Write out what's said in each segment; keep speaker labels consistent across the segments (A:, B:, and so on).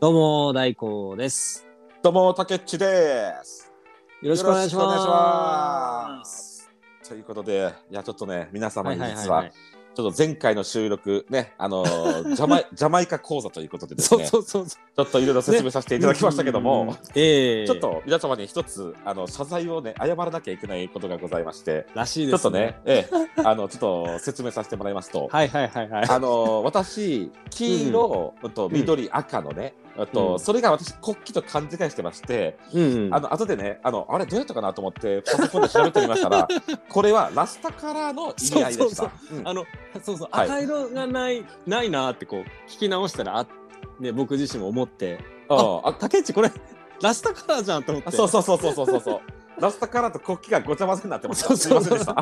A: どうも、大光です。
B: どうも、たけっちです。
A: よろしくお願いします。
B: よろしくお願いしますということで、いや、ちょっとね、皆様
A: はい
B: に
A: はいはい
B: 実
A: は
B: は、
A: い。
B: ちょっと前回の収録ね、あの ージャマイ、ジャマイカ講座ということでです
A: そ
B: ね、
A: う
B: ち
A: そうそうそう。
B: ょっといろいろ説明させていただきましたけど
A: うん
B: も、。
A: ええ
B: ちょっ。と皆様に一つ、あの、謝罪をね、謝らなきゃいけないことがございまして、
A: らしい
B: ち
A: で
B: ょっ
A: す
B: とね。、ええ、 あの、ちょっと説明させてもらいますと、
A: はいはいはいはい。
B: あのー私黄色、うんと緑、赤のね、うんと
A: うん
B: それが私国旗と勘違いしてまして、
A: うんうん
B: あの後でねあのあれどうやったかなと思ってパソコンで調べてみました らこれはラスタカラーの意味合いでした
A: そう
B: うん
A: あの、そうそう、
B: はい
A: 赤色がない、ないなーってこう、聞き直したら、あね、僕自身も思って、
B: うんあ
A: 竹内これ、ラスタカラーじゃんと思って。
B: あそうそうそうそうそうそうそうラスタカラーと国旗がごちゃ混ぜになってましたすい
A: そう
B: ま
A: そ
B: せ
A: うん
B: でした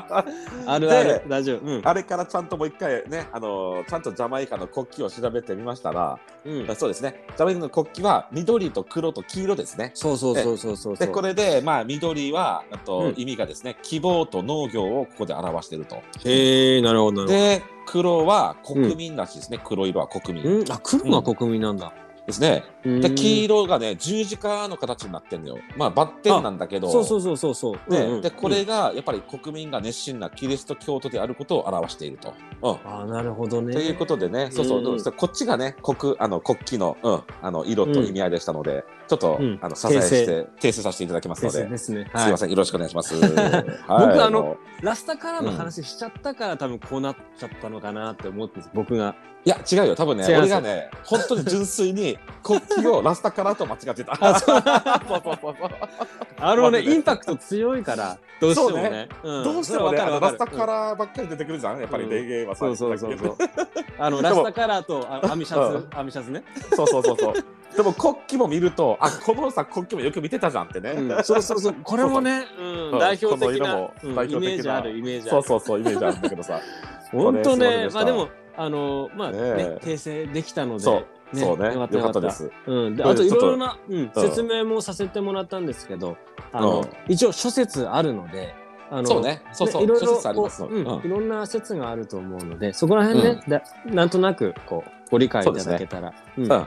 A: あるある
B: で、
A: 大丈夫。うん。
B: あれからちゃんともう一回ねあのちゃんとジャマイカの国旗を調べてみましたら
A: うん
B: そうですねジャマイカの国旗は緑と黒と黄色ですね
A: そうそうそうそうそうそう。
B: でこれでまあ緑はあ
A: う
B: と
A: ん
B: 意味がですね、希望と農業をここで表していると
A: へえ、なるほどなるほ
B: で黒は国民らしいですね、黒色は国
A: ど。
B: 民
A: うん、あ、黒が国民なんだ。
B: ですね、
A: で
B: で黄色がね十字架の形になってるのよまあバッテンなんだけど
A: そうそうそうそうそう。
B: ね
A: うんうん
B: でこれがやっぱり国民が熱心なキリスト教徒であることを表していると。うん
A: あーなるほどね。
B: ということでね、そうそう、
A: うん
B: こっちがね、国、あの国旗の、うん、あの色と意味合いでしたので、ちょっと、
A: うん
B: あの、謝罪して、
A: 訂
B: 訂正させていただきます
A: で
B: ので。
A: すですね。
B: すい
A: は
B: ま
A: い。
B: せん、よろしくお願い します。
A: 僕
B: 僕
A: あの、ラスタカラーの話しちゃったから、多分こうなっちゃったのかなって思ってます僕が。
B: いや、違うよ、多分ね、
A: 違います
B: 俺がね、本当に純粋に、国旗をラスタカラーと間違ってた。
A: あそう
B: そうそうそうそう
A: あのね、
B: マジで
A: インパクト強い から、どうしても
B: そう
A: ね
B: ね。
A: ん
B: どうしてもね、
A: そ
B: あ
A: れ
B: の
A: は
B: ラ
A: わ
B: ス
A: か
B: タ
A: る
B: カラーばっかり出てくるじゃん、やっぱ
A: う
B: り、
A: ん
B: レゲエはさ。
A: そうそうそうそう
B: さっき言っ
A: うんあの、ラスタカラーと、あの、網シャツ、網シャツね。
B: てそうそうそうそう。でも、国旗も見ると、あ、このさ、国旗もよく見てたじゃんってね。
A: うんそうそうそう。これもね、うん
B: うん
A: 代表
B: この
A: 的
B: 色
A: な
B: も
A: うん
B: 代
A: イ
B: 表的な
A: メージあるイメージあ
B: そう
A: る。
B: そうそう、イメージあるんだけどさ。
A: 本当ね、ま
B: そ
A: あ
B: う
A: で
B: ね
A: も、あの、まあね
B: ねえ、
A: 訂正できたので。
B: そう、そう
A: よ
B: ね、
A: か
B: よ
A: った
B: かったです。
A: うん、で
B: ど
A: あ
B: う
A: と
B: で
A: い
B: す
A: ろいろな、うん、
B: うん
A: 説明もさせてもらったんですけどあの、一応諸説あるのであの
B: そうね、そうそう、
A: ねいろい
B: 諸
A: ろ
B: 説あります
A: こ
B: の
A: うう
B: で。
A: ん
B: うん
A: いろんな説があると思うのでそこら辺ね、だなんとなくこうご理解いただけたらう、ん
B: うんいいと思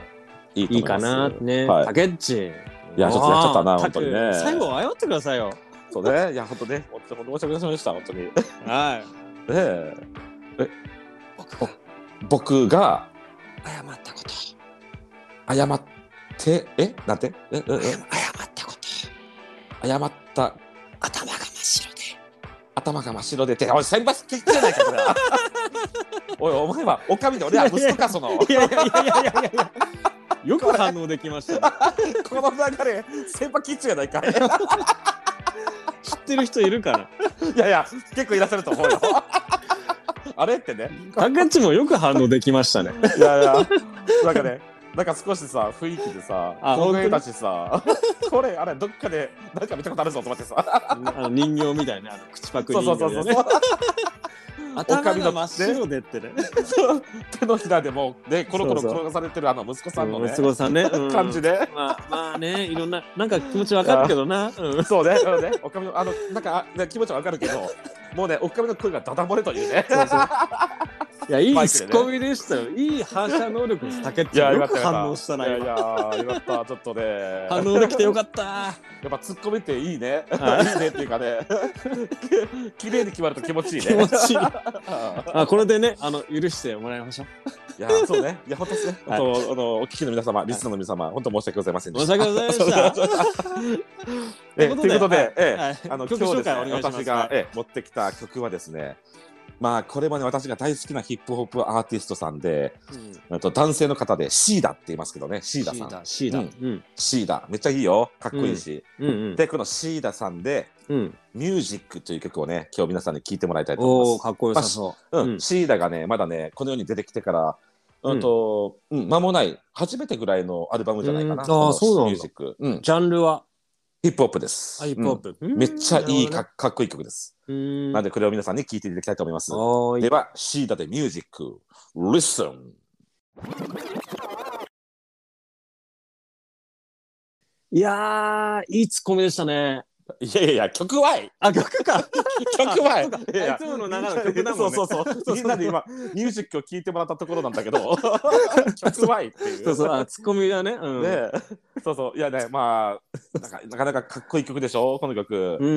A: い
B: い
A: いかなって
B: ます
A: ね、
B: はい
A: タケッチ
B: いやちょっとやっちゃったな
A: あー
B: 本当にね
A: タク最後謝ってくださいよ
B: そうね、いや、本当ね、本当申し訳ございませんでした、本当に。ね
A: はい
B: え
A: 僕が
B: 僕が
A: 謝ったこと
B: 謝って、え、なんて、え、え、え
A: 謝ったこと
B: 謝った
A: 頭が真っ白で
B: 頭が真っ白でて、おい、先輩、聞いてないか、そ れはおい、お前は、おかみで俺は息子か、その。
A: いやいやいやいやいやいやよく反応できましたね
B: この流れ、先輩、キッチンやないか。
A: 知ってる人いるから
B: いやいや、結構いらっしゃると思うよ。あれってね。
A: タケッチもよく反応できましたね
B: いやいや、なんかね、なんか少しさ、雰囲気でさ、
A: あ
B: この絵たちさ、これ、あれ、どっかで、なんか見たことあるぞと思ってさ、
A: あの人形みたいな、あの口パク
B: そう
A: 人
B: そうそ
A: 形
B: うそ
A: で
B: う
A: ね。
B: 頭
A: 真
B: が真
A: っ
B: っ
A: 白
B: 白
A: でってね。
B: そう、手のひらでもう、ね、コロコロ
A: そうそう
B: 転がされてるあの息子さんのね
A: す、ごさんね。うん
B: 感じ。で。
A: まあ、まあね、いろんな、なんか気持ちわかるけどな。うん
B: そうね、うんね、おかみの、あの、なんか、あね、気持ちはわかるけど、もうね、おかみの声がダダ漏れとい うね。
A: そうそういや、いい
B: マイク
A: ツ
B: で
A: ッ
B: ね
A: コミでしたよ。いい反射能力です。竹
B: い
A: 内
B: や、
A: よ
B: よかっ
A: く
B: たよかった。
A: 反応したない
B: やいや、よかった、ちょっとね。
A: 反応できてよかった。
B: やっぱ突っ込めていいね。
A: はい
B: いいねっていうかね。 綺麗に決まると気持ちいい
A: 気
B: ね
A: 持。ちい い。
B: あ
A: あ、これでね、あの、許してもらいましょう。
B: いや、そうね。いや、本当ですね。
A: はい
B: 本当、あの、お聞きの皆様、リスナーの皆様、本当申し訳ございませんで
A: 申
B: し。
A: した訳ございました。
B: え、
A: と
B: と
A: い
B: いうう
A: こ
B: ことと
A: で
B: で、え、
A: はい
B: あの、今
A: 曲
B: 日
A: 紹
B: です
A: 介お
B: ね、
A: 願いします。
B: 私が、え、持ってきた曲はですね。まあ、これまで私が大好きなヒップホップアーティストさんで、
A: うん
B: えっと男性の方でシーダって言いますけどね、シ
A: シ
B: ーダさん。
A: シーダ。うん。
B: シーダ、めっちゃいいよ、かっこいいし。
A: うんうん。
B: で、このシーダさんで、
A: うん。
B: ミュージックという曲をね、今日皆さんに聞いてもらいたいと思います
A: おお、。かっこよさそううん
B: ん、シーダがねまだねこの世に出てきてから、うんとうん、間もない初めてぐらいのアルバムじゃないかな、
A: うん
B: この
A: あーそうなんだ
B: ミュージック、うん
A: う。、ジャンルは
B: ヒップホップです
A: あヒップホップ。
B: うんめっちゃいいか,、かっこいい曲です、
A: うん
B: なんでこれを皆さんに聴いていただきたいと思います、
A: はーい
B: ではシーダでミュージック Listen
A: いやー、いいツッコミでしたね。
B: いやいやいや、曲はえ
A: あ、曲 か。
B: 曲はえ い
A: あ
B: や
A: いつもの流れ曲だもんね。
B: そうそう そう。みんなで今、ミュージックを聴いてもらったところなんだけ ど、曲はえっていう。
A: そうそう、あ、ツッコミだね。うん。
B: ねそうそう。いやね、まあ、なんかなかなかかっこいい曲でしょ、この曲。
A: う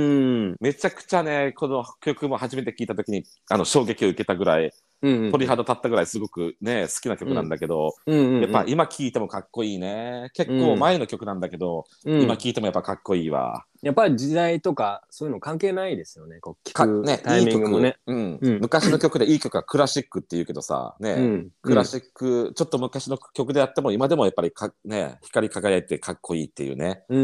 A: ん。
B: めちゃくちゃね、この曲も初めて聴いたときに、あの、衝撃を受けたぐらい、
A: うん。
B: 鳥肌立ったぐらい、すごくね、好きな曲なんだけど、
A: うん。
B: やっぱ今聴いてもかっこいいね。結構前の曲なんだけど、
A: うん、
B: 今聴いてもやっぱかっこいいわ。
A: やっぱり時代とか、そういうの関係ないですよね。こう、聞
B: か
A: く、
B: ね、
A: タイミングもね。
B: いい曲、うん
A: うん
B: 昔の曲でいい曲はクラシックって言うけどさ、ね
A: うん。
B: クラシック、ちょっと昔の曲であっても今でもやっぱりか、ね、光り輝いてかっこいいっていうね。
A: う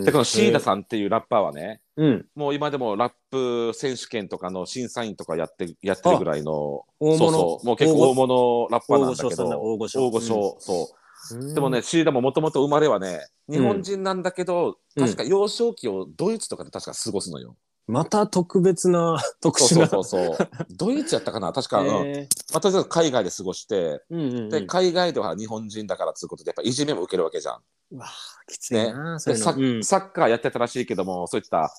A: ん。
B: でこのシーダさんっていうラッパーはね、
A: うん。
B: もう今でもラップ選手権とかの審査員とかやってやってるぐらいの
A: 大物
B: そうそうもう結構大物ラッパーなんだけど
A: 大御所さんだ大
B: 大
A: 御
B: 御
A: 所
B: 所そう
A: うん
B: でも、ね、シーダももともと生まれはね、日本人なんだけど、
A: うん
B: 確か幼少期をドイツとかで確か過ごすのよ。
A: また特別な、特
B: そう
A: 殊
B: そう
A: な。
B: そうそう。ドイツやったかな確か、うん
A: へー
B: まあとりあえず海外で過ごして、
A: うんうんうん。
B: で、海外では日本人だからということで、やっぱいじめも受けるわけじゃん。
A: うわあきついな、そう
B: で
A: いう
B: サ
A: の。
B: ッサッカーやってたらしいけども、そういった、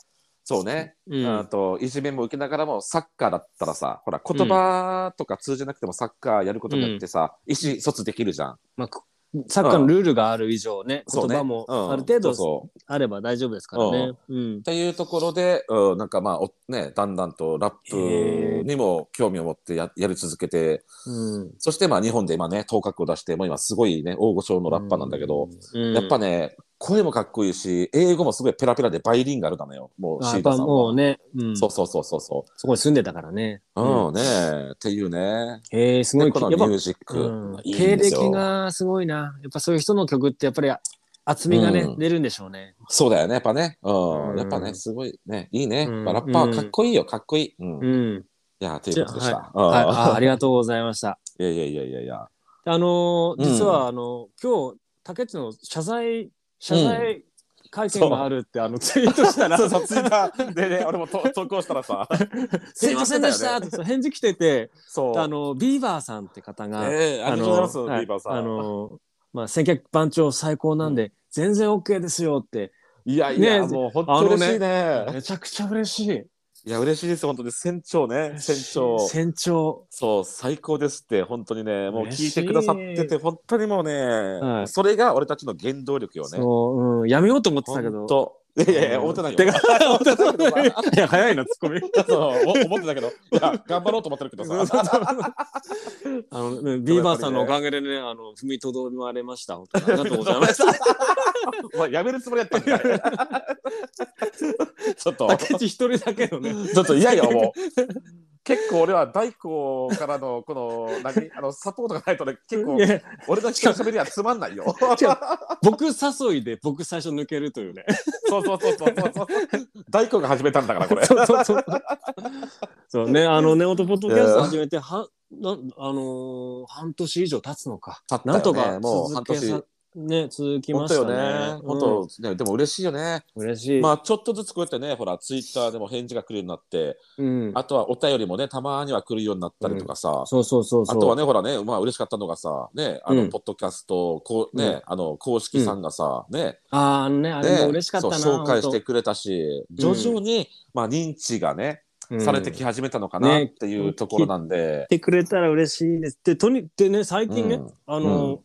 B: そうね、
A: うん
B: うん、といじめも受けながらも、サッカーだったらさ、ほら、言葉とか通じなくてもサッカーやることによってさ、意思疎通できるじゃん。
A: まあ、こサッカーのルールがある以上ね、
B: そう
A: 言
B: ね
A: 葉も
B: うん
A: ある程
B: そう
A: 度
B: そう
A: あれば大丈夫ですからね。うん
B: っ。ていうところで、うん、なんかまあお、ね、だんだんとラップにも興味を持ってややり続けて、
A: うん。
B: そしてまあ日本で今ね、頭角を出して、もう今すごいね、大御所のラッパーなんだけど、
A: うん、
B: やっぱ
A: ね、
B: ね、声もかっこいいし、英語もすごいペラペラでバイリンガルなのよ、もう
A: あ
B: シ
A: や
B: ー
A: っ
B: タ
A: ぱ
B: さん
A: も
B: は。
A: うね、うん、
B: そうそうそうそうそ
A: そこに住んでたからね。
B: う。うんねえっていうね。
A: へえすご
B: で
A: い。
B: この
A: や
B: ミ
A: っぱ
B: ュージッ
A: うん
B: ク、いい
A: 経
B: んです
A: 歴
B: よ。
A: がすごいな。やっぱそういう人の曲ってやっぱり厚みがね、
B: うん
A: 出るんでしょうね。
B: そうだよね、やっぱね。う。
A: うんん
B: やっぱね、すごいね、いいね。
A: うん
B: まあラッパーはかっこいいよ、かっこいい。うん。
A: う
B: い
A: ん。
B: や、ということでした。
A: はい、ああ
B: う
A: りがとうございました。
B: ん。いやいやいやいやいや。
A: あのー
B: うん
A: 実はあの今日竹内の謝罪謝罪会見があるって、あのツイートしたら
B: そうそう、ツイッターでね、俺もと投稿したらさ、
A: すいませんでしたってそう返事来てて、
B: そう。
A: あのビーバーさんって方が、
B: えーありがとうございます、ビ
A: はい
B: ーバーさん。
A: あのまあ選曲番長最高なんで、全然 OK ですよって
B: いやいや、
A: ね
B: もう本当嬉しいね。
A: めちゃくちゃ嬉しい。
B: いや、嬉しいです、本当に。船長ね、船長。
A: 船長。
B: そう、最高ですって、本当にね、もう聞
A: 嬉
B: い
A: しい
B: てくださってて、本当にもうね、
A: い
B: それが俺たちの原動力よね。
A: そう、うん、やめようと思ってたけ
B: 本
A: ど。
B: 当。いやいやいや、
A: うん
B: 思って ないよ。
A: てか
B: 思ってないけど さ
A: いや早いなツッコミ。
B: そうお思ってたけど、いや、頑張ろうと思ってるけど
A: そう
B: さ。
A: あのねビーバーさんのおかげでね、あの踏みとどまれました。本当にありがとうございま した。
B: お前やめるつもりやったんかい ちょっと。
A: 竹内一人だけのね。
B: ちょっと嫌よ、もう。結構俺は大工からのこの何あのサポートがないとね結構
A: いや
B: 俺の人の喋りはつまんないよ。
A: 違う僕誘いで僕最初抜けるというね。
B: そうそうそうそうそうそう。大工が始めたんだからこれ。
A: そうそうそう。そう ね、あのネオトポッドキャスト始めてはなあのー半年以上経つのか。
B: 経ったよね
A: なんとか
B: もう
A: 続けさ
B: 半
A: ね続き
B: 本
A: ま
B: 当
A: し
B: よ
A: たね。
B: ね。
A: うん
B: 本当、ねでも嬉しいよね。
A: 嬉しい。
B: まあちょっとずつこうやってねほらツイッターでも返事が来るようになって、
A: うん。
B: あとはお便りもねたまには来るようになったりとかさ。
A: そうそうそうそう。
B: あとはね、ほらね、まあ嬉しかったのがさ、ね、あの、
A: うん
B: ポッドキャスト、こう、ね、
A: うん
B: あの、公式さんがさ、ね、
A: あーあのねあれ
B: ね
A: も嬉しかったな。
B: そう紹介してくれたし徐々に、まあ、認知がね、
A: 本当
B: されて
A: うん
B: き始めたのかな
A: ね
B: っていうところなんで、
A: ってくれたら嬉しいです。で、とにでね、最近ね、
B: うん
A: あの、
B: う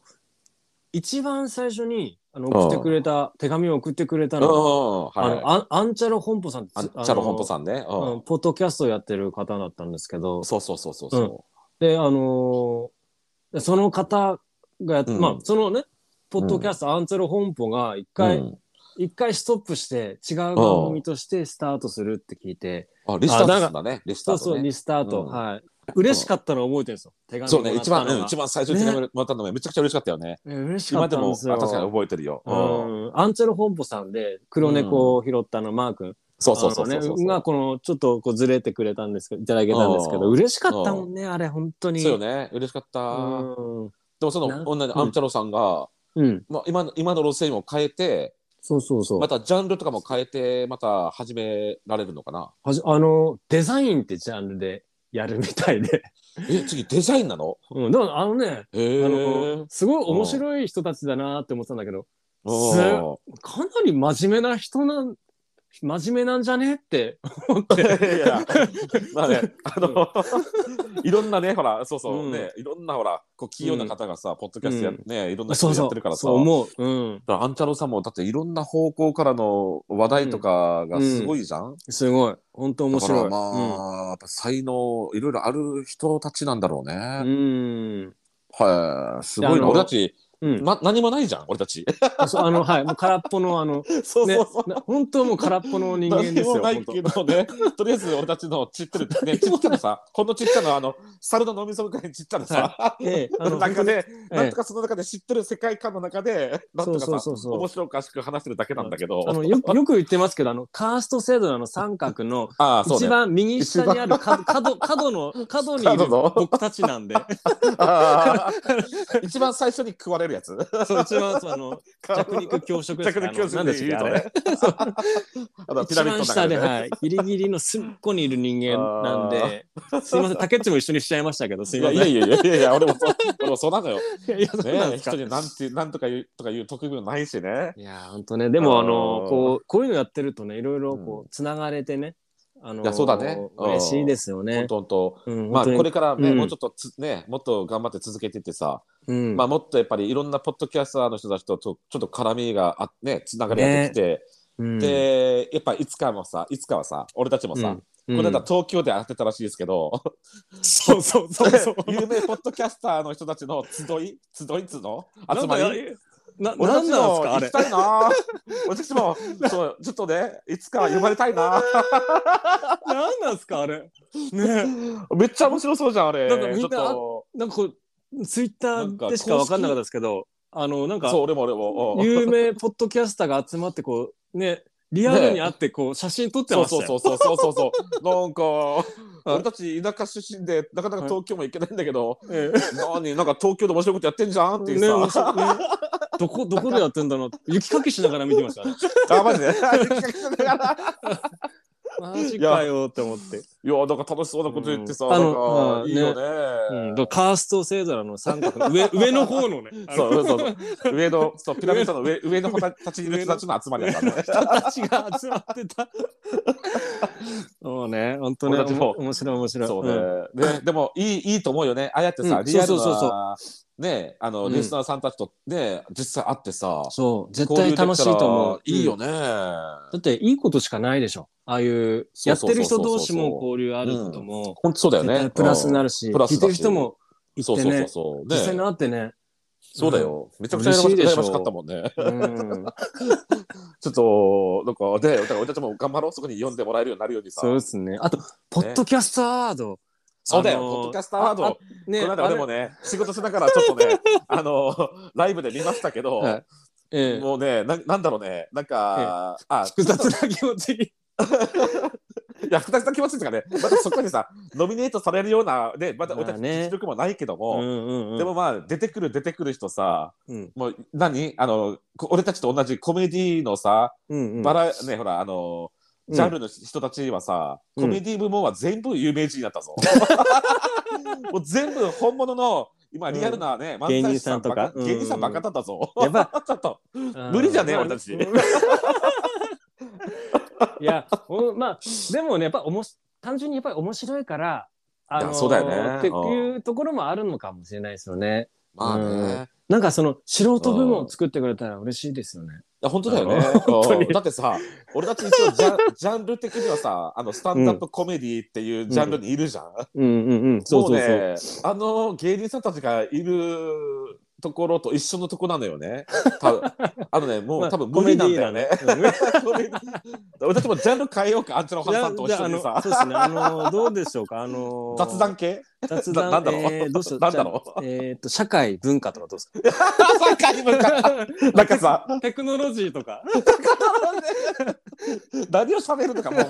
A: 一番最初にあの
B: ああ
A: 送ってくれた、手紙を送ってくれた
B: うんうん
A: のが、あ
B: はい
A: のあんアンチャロ本舗さん
B: あんチャロ本舗さん
A: ん
B: ね、うん
A: ポッドキャストやってる方だったんですけど、
B: そうそうそうそうそ
A: で、あのーその方がやっ
B: うん
A: まあ、そのね、ポッドキャスト、アンチャロ本舗が一
B: う、う
A: 回、
B: ん
A: 一回ストップして、違う番組としてスタートするって聞いて、
B: あリスタートすんだねリスタ
A: そうそ
B: ート
A: う、
B: ね
A: リスタート、
B: うん
A: はい。嬉しかったのを覚えてるんですよ。手紙
B: そうね一番、
A: もらったのが
B: うん一番最初に手紙もらったのがめちゃくちゃ嬉しかったよね
A: え嬉しか
B: 今
A: っ
B: で
A: たん
B: も
A: で
B: あ
A: すよ。
B: 確かに覚えてるよ、うん
A: うん、アンチェロ本舗さんで黒猫を拾ったあのマー君、
B: そうそうそう
A: あ
B: そうそ
A: の
B: う、
A: ね、がこのちょっとこうずれてくれたんですけどいただけたんですけ
B: う
A: ど
B: ん
A: 嬉しかったもんねあれ本当に
B: そうよね嬉しかった、
A: うん、
B: でもそ
A: な
B: の女のアンチャロさんが、
A: うん、
B: まあ、今の今の路線を変えて
A: そうそうそう、
B: またジャンルとかも変えてまた始められるのかな
A: はじあのデザインってジャンルでやるみたいで、
B: え次デザインなの
A: うん、だからあのね
B: へえ
A: あのすごい面白い人たちだなって思ってたんだけどかなり真面目な人なん真面目なんじゃねって思っ
B: い
A: て。
B: やいや、ま あね、あの、 いろんなね、ほら、そうそう、
A: うん
B: ね、いろんなほら、こう、器用な方がさ、ポッドキャストやってね、いろんな
A: そ
B: 人
A: う
B: や
A: そ
B: ってるから
A: う、
B: さ、
A: そう思う。うん。
B: だからアンチャロさんも、だっていろんな方向からの話題とかがすごいじゃん、
A: すごい。本当面白い。
B: だからまあ、やっぱ才能、いろいろある人たちなんだろうね。
A: うん。うん。
B: はい、すご
A: い
B: い
A: やあ
B: な。
A: の
B: 俺たち、
A: うん、
B: な、何もないじゃん、俺たち。
A: そうあの、はい、もう空っぽの、あの、
B: そ
A: ね、な本当もう空っぽの人間ですよ。
B: 何もないけどね、 とりあえず俺たちのちっちゃな、ね、ちっちゃなさ、ほんのちっちゃな、あの、猿の脳みそぐらいにちっちゃなさ、
A: 本当ええ、 あ
B: の
A: の、
B: 中で、
A: ええ
B: なんとかその中で知ってる世界観の中で、なんとか
A: そう
B: さ
A: そうそう、そう
B: 面白おかしく話してるだけなんだけど
A: あ、のよくよく言ってますけど、あの、カースト制度のあの三角の、
B: ああ、そう
A: 一
B: ね。
A: 番右下にある角角角の角にい
B: 角
A: る
B: の
A: 僕たちなん で、
B: ああ 一番最初に食われるやつ。
A: そう一番そうあの弱肉強食です
B: 弱
A: から
B: 肉強
A: あの何
B: 食で
A: でし
B: 言う
A: たっ
B: と
A: けあ
B: ね
A: れ。
B: あのピ
A: 一
B: ラミッ
A: 番
B: ドの
A: 下
B: 中
A: で、
B: でね。
A: はい、ギリギリのすっこにいる人間なんで、すいません、竹内も一緒にしちゃいましたけど、すい
B: い
A: ま
B: や
A: せん。
B: いやいやいやいやいや、俺もそう、俺もそうなのよ。
A: いやいや、そうなん
B: ね、
A: ですか
B: 人。になんて、なんとか言う、とか言う特技もないしね。
A: いや、本当ね、でも、あ
B: あー
A: の、こう、こういうのやってるとね、いろいろこう、つながれてね。あの
B: いやそうだねうん
A: 嬉しいですよね。
B: 本当
A: うん、
B: まあ、こ
A: 本
B: れからね、
A: うん
B: もうちょっとつ、ね、もっと頑張って続けていってさ、
A: 当に、うん、
B: まあ、もっとやっぱりいろんなポッドキャスターの人たちととちょっと絡みがあね、つながりができて、
A: うん、
B: で、やっぱいつかもさ、いつかはさ、俺たちもさ、
A: うん
B: この間東京で会ってたらしいですけど、
A: そうそうそう そう。
B: 有名ポッドキャスターの人たちの集い、集いつの集ま
A: なんか
B: り。
A: えな、
B: 俺
A: な
B: た
A: んなん
B: ち
A: で
B: も
A: すか、あ
B: 行
A: れ
B: き。たいな。私も、そう、ちょっとね、いつか呼ばれたいな。
A: なんなんですか、あれ。 ね
B: めっちゃ面白そうじゃん、あれ。
A: なんかみんな
B: ちょ
A: なんかこう、ツイッターでしかわかんなかったですけど、あの、なん
B: っと。
A: か
B: そ、う、俺も俺も。うん
A: 有名ポッドキャスターが集まって、こう、ね、リアルに会って、こう、写真撮って
B: そう
A: ました
B: そ
A: よ
B: う。そうそうそうそうそう。なんか、
A: はい
B: 俺たち田舎出身で、なかなか東京も行けないんだけど、
A: え
B: 何、なんか東京で面白いことやってんじゃんってい
A: え
B: う
A: ね
B: さ。
A: 面白いねどこ、どこでやってんだろうって雪かきしながら見てましたね。
B: あ、マジ で。い
A: マジかよって思って。
B: や、なんか楽しそうなこと言ってさ、
A: うん
B: な
A: あ
B: ん
A: の
B: か、いいよね。
A: うん、だからカースト星座の三角の上、上の方のね。あ
B: そ
A: の
B: うそうそうそう上のそうピラミッドの上上の子たちにいる人たちの集まりやからね。
A: 人たちが集まって た。そうね、本当ね、
B: 俺たちも
A: おも面白い面白い。
B: そ
A: う
B: う
A: ん
B: ね。ねでもいいいいと思うよね。ああやってさ、
A: うん
B: リアル
A: そうそうそう
B: なねあの、
A: うん
B: リスナーさんたちとね実際会ってさ、
A: そう、絶
B: 交流
A: 対
B: できたら
A: 楽しいと思う。
B: いいよ
A: ね。
B: ね。
A: だって、いいことしかないでしょ。ああいう、
B: そ
A: やっ
B: うそうそうそう
A: てる人同士も交流あることも、
B: 本当そうだよ
A: 絶
B: ね
A: 対。プラスにな
B: る。
A: るし、
B: プラ
A: 聞
B: スだし
A: いてる人もいて
B: そうそうそう
A: ね、
B: そう。
A: 実際に
B: ね。
A: 会ってね。
B: そうだよ。めちゃくちゃ
A: 嬉しいでしょ
B: 羨ましかったもんね。
A: うん。
B: ちょっと、なんか、ね、だから俺たちも頑張ろう。そこに読んでもらえるようになるようにさ。
A: そうですね。あと、ポッドキャストアワード。
B: そうだよ、
A: あのー
B: ポッドキャスターワード。
A: ああ
B: こ
A: ね
B: の間
A: あれ
B: 俺もね、仕事しながらちょっ とね、あのー、ライブで見ましたけど、
A: はいええ
B: もうねな、なんだろうね、なんか、あ、
A: 複雑な気持ちに。
B: いや、複雑な気持ちとかね、またそこにさ、ノミネートされるような、ね、まだ
A: まあ
B: 俺
A: ね
B: たち実力もないけど
A: うんう
B: も、
A: んうん
B: で、もまあ、出てくる出てくる人さ、
A: うん
B: もう、何あの、こ俺たちと同じコメディのさ、
A: うんうん
B: バラ、ね、ほら、あのー、ジャンルの人たちはさ、
A: うん
B: コメディ部門は全部有名人だっ たぞ。もう全部本物の、今リアルなね、漫才師
A: 芸人さんとか
B: ば
A: うん
B: 芸人さんばっかだったぞ。
A: やっぱ
B: ちょっと、
A: うん
B: 無理じゃねえ
A: まあ
B: 俺たち
A: いや、ほんまあ、でもね、やっぱおもし、単純にやっぱり面白いから。あの
B: いやそうだよね
A: っていうところもあるのかもしれないですよね。
B: まあね。
A: うん
B: い
A: なんかその素人部門を作ってくれたら嬉しいですよね。
B: や本当だよね。
A: 当に
B: うんだってさ、俺たち一応 ジャンジャンル的にはさ、あのスタンダップコメディっていうジャンルにいるじゃん。
A: うんうんうん。そうそうそう。
B: もね、あの芸人さんたちがいるところと一緒のとこなのよね。多分あのね、もう、
A: まあ
B: 多分無理なんだよね。
A: コメディーなんだ
B: コメディ俺たちもジャンル変えようか、アンチャロハンさんと
A: じゃ
B: 一
A: あ
B: 緒
A: あ
B: に
A: の
B: さ。
A: そうですね。あのどうでしょうか。あの
B: 雑談系
A: 雑
B: な
A: 談
B: なんだろう
A: えーどうしよう
B: なんだろ
A: じゃあえーっと社会文化とかどうですか。
B: さ かに向かったなんかさ、
A: テクノロジーとか。
B: 何を喋るとかも う、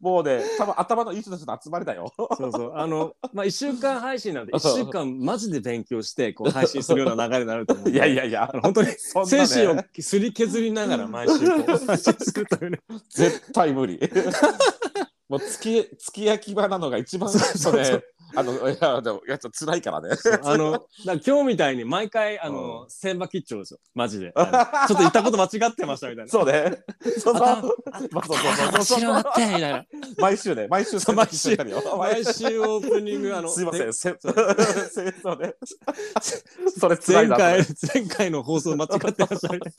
B: もうね、多分頭のいい人たちの集まりだよ。
A: そうそう。あの、まあ、一週間配信なんで、
B: あ
A: 一週間マジで勉強して、こう、配信するような流れになると思う。
B: いやい。やいや
A: あ、の、本当に、
B: そんな
A: 精
B: ね
A: 神をすり削りながら毎週こう、配信するというね。
B: 絶対無理。もう、つき、つき焼き場なのが一番、
A: そうそうそう
B: それあの、いや、でも、いや、ちょっと辛いからね。
A: あの、だから今日みたいに毎回、あの、千葉吉兆ですよ。マジで。あのちょっと言ったこと間違ってましたみたいな。
B: そうね。そうそう。まあ
A: 頭
B: そう
A: 頭
B: そうそう
A: 白。くてみたいな。
B: 毎週ね、毎週
A: そう毎週
B: 選択肢ばっかり
A: 毎
B: よ
A: 週オープニング、あの、
B: すいませ
A: で
B: ん、せ、せ、 そ うね。それ辛
A: 前
B: いな。
A: 回
B: い、
A: 前回の放送間違ってましたみたい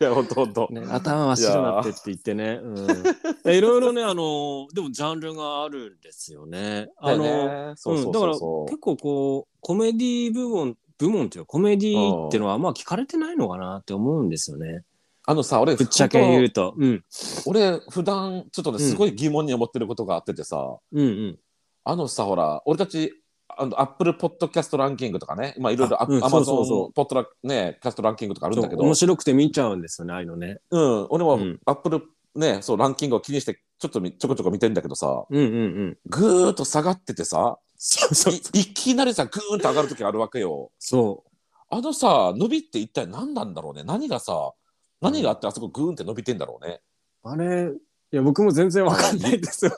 A: な。
B: や、本当本当。
A: ね、頭は白なってって言ってね。うんいろいろね、あの、でもジャンルがあるんですよね。あの、
B: だよねそうそうそうそ
A: 結構こう、コメディ部門、部門っていうか、コメディっていうのはあんま聞かれてないのかなって思うんですよね。
B: う。あのさ、俺、
A: ぶっちゃけ言うと。うん。
B: 俺、普段、ちょっとね、
A: うん
B: すごい疑問に思ってることがあっててさ、
A: うんうん。
B: あのさ、ほら、俺たち、あの、アップルポッドキャストランキングとかね、まあ、いろいろ、ア
A: うん
B: マ
A: そう
B: ゾ
A: そうそ
B: ンポッドラ、ね、キャストランキングとかあるんだけど
A: 面、白くて見ちゃうんですよね、ああいうのね。
B: うん、俺
A: う
B: も
A: ん
B: アップル、ね、そう、ランキングを気にして、ちょっとみちょこちょこ見てんだけどさ、
A: うんうんうん。
B: ぐーっと下がっててさ、
A: そうそう。
B: いいきなりさ、ぐーんと上がるときあるわけよ。
A: そ
B: あのさ、伸びって一体何なんだろうね。何がさ、何があってあそこぐーんって伸びてんだろうね。
A: う。あれ、いや、僕も全然わかんないですよ。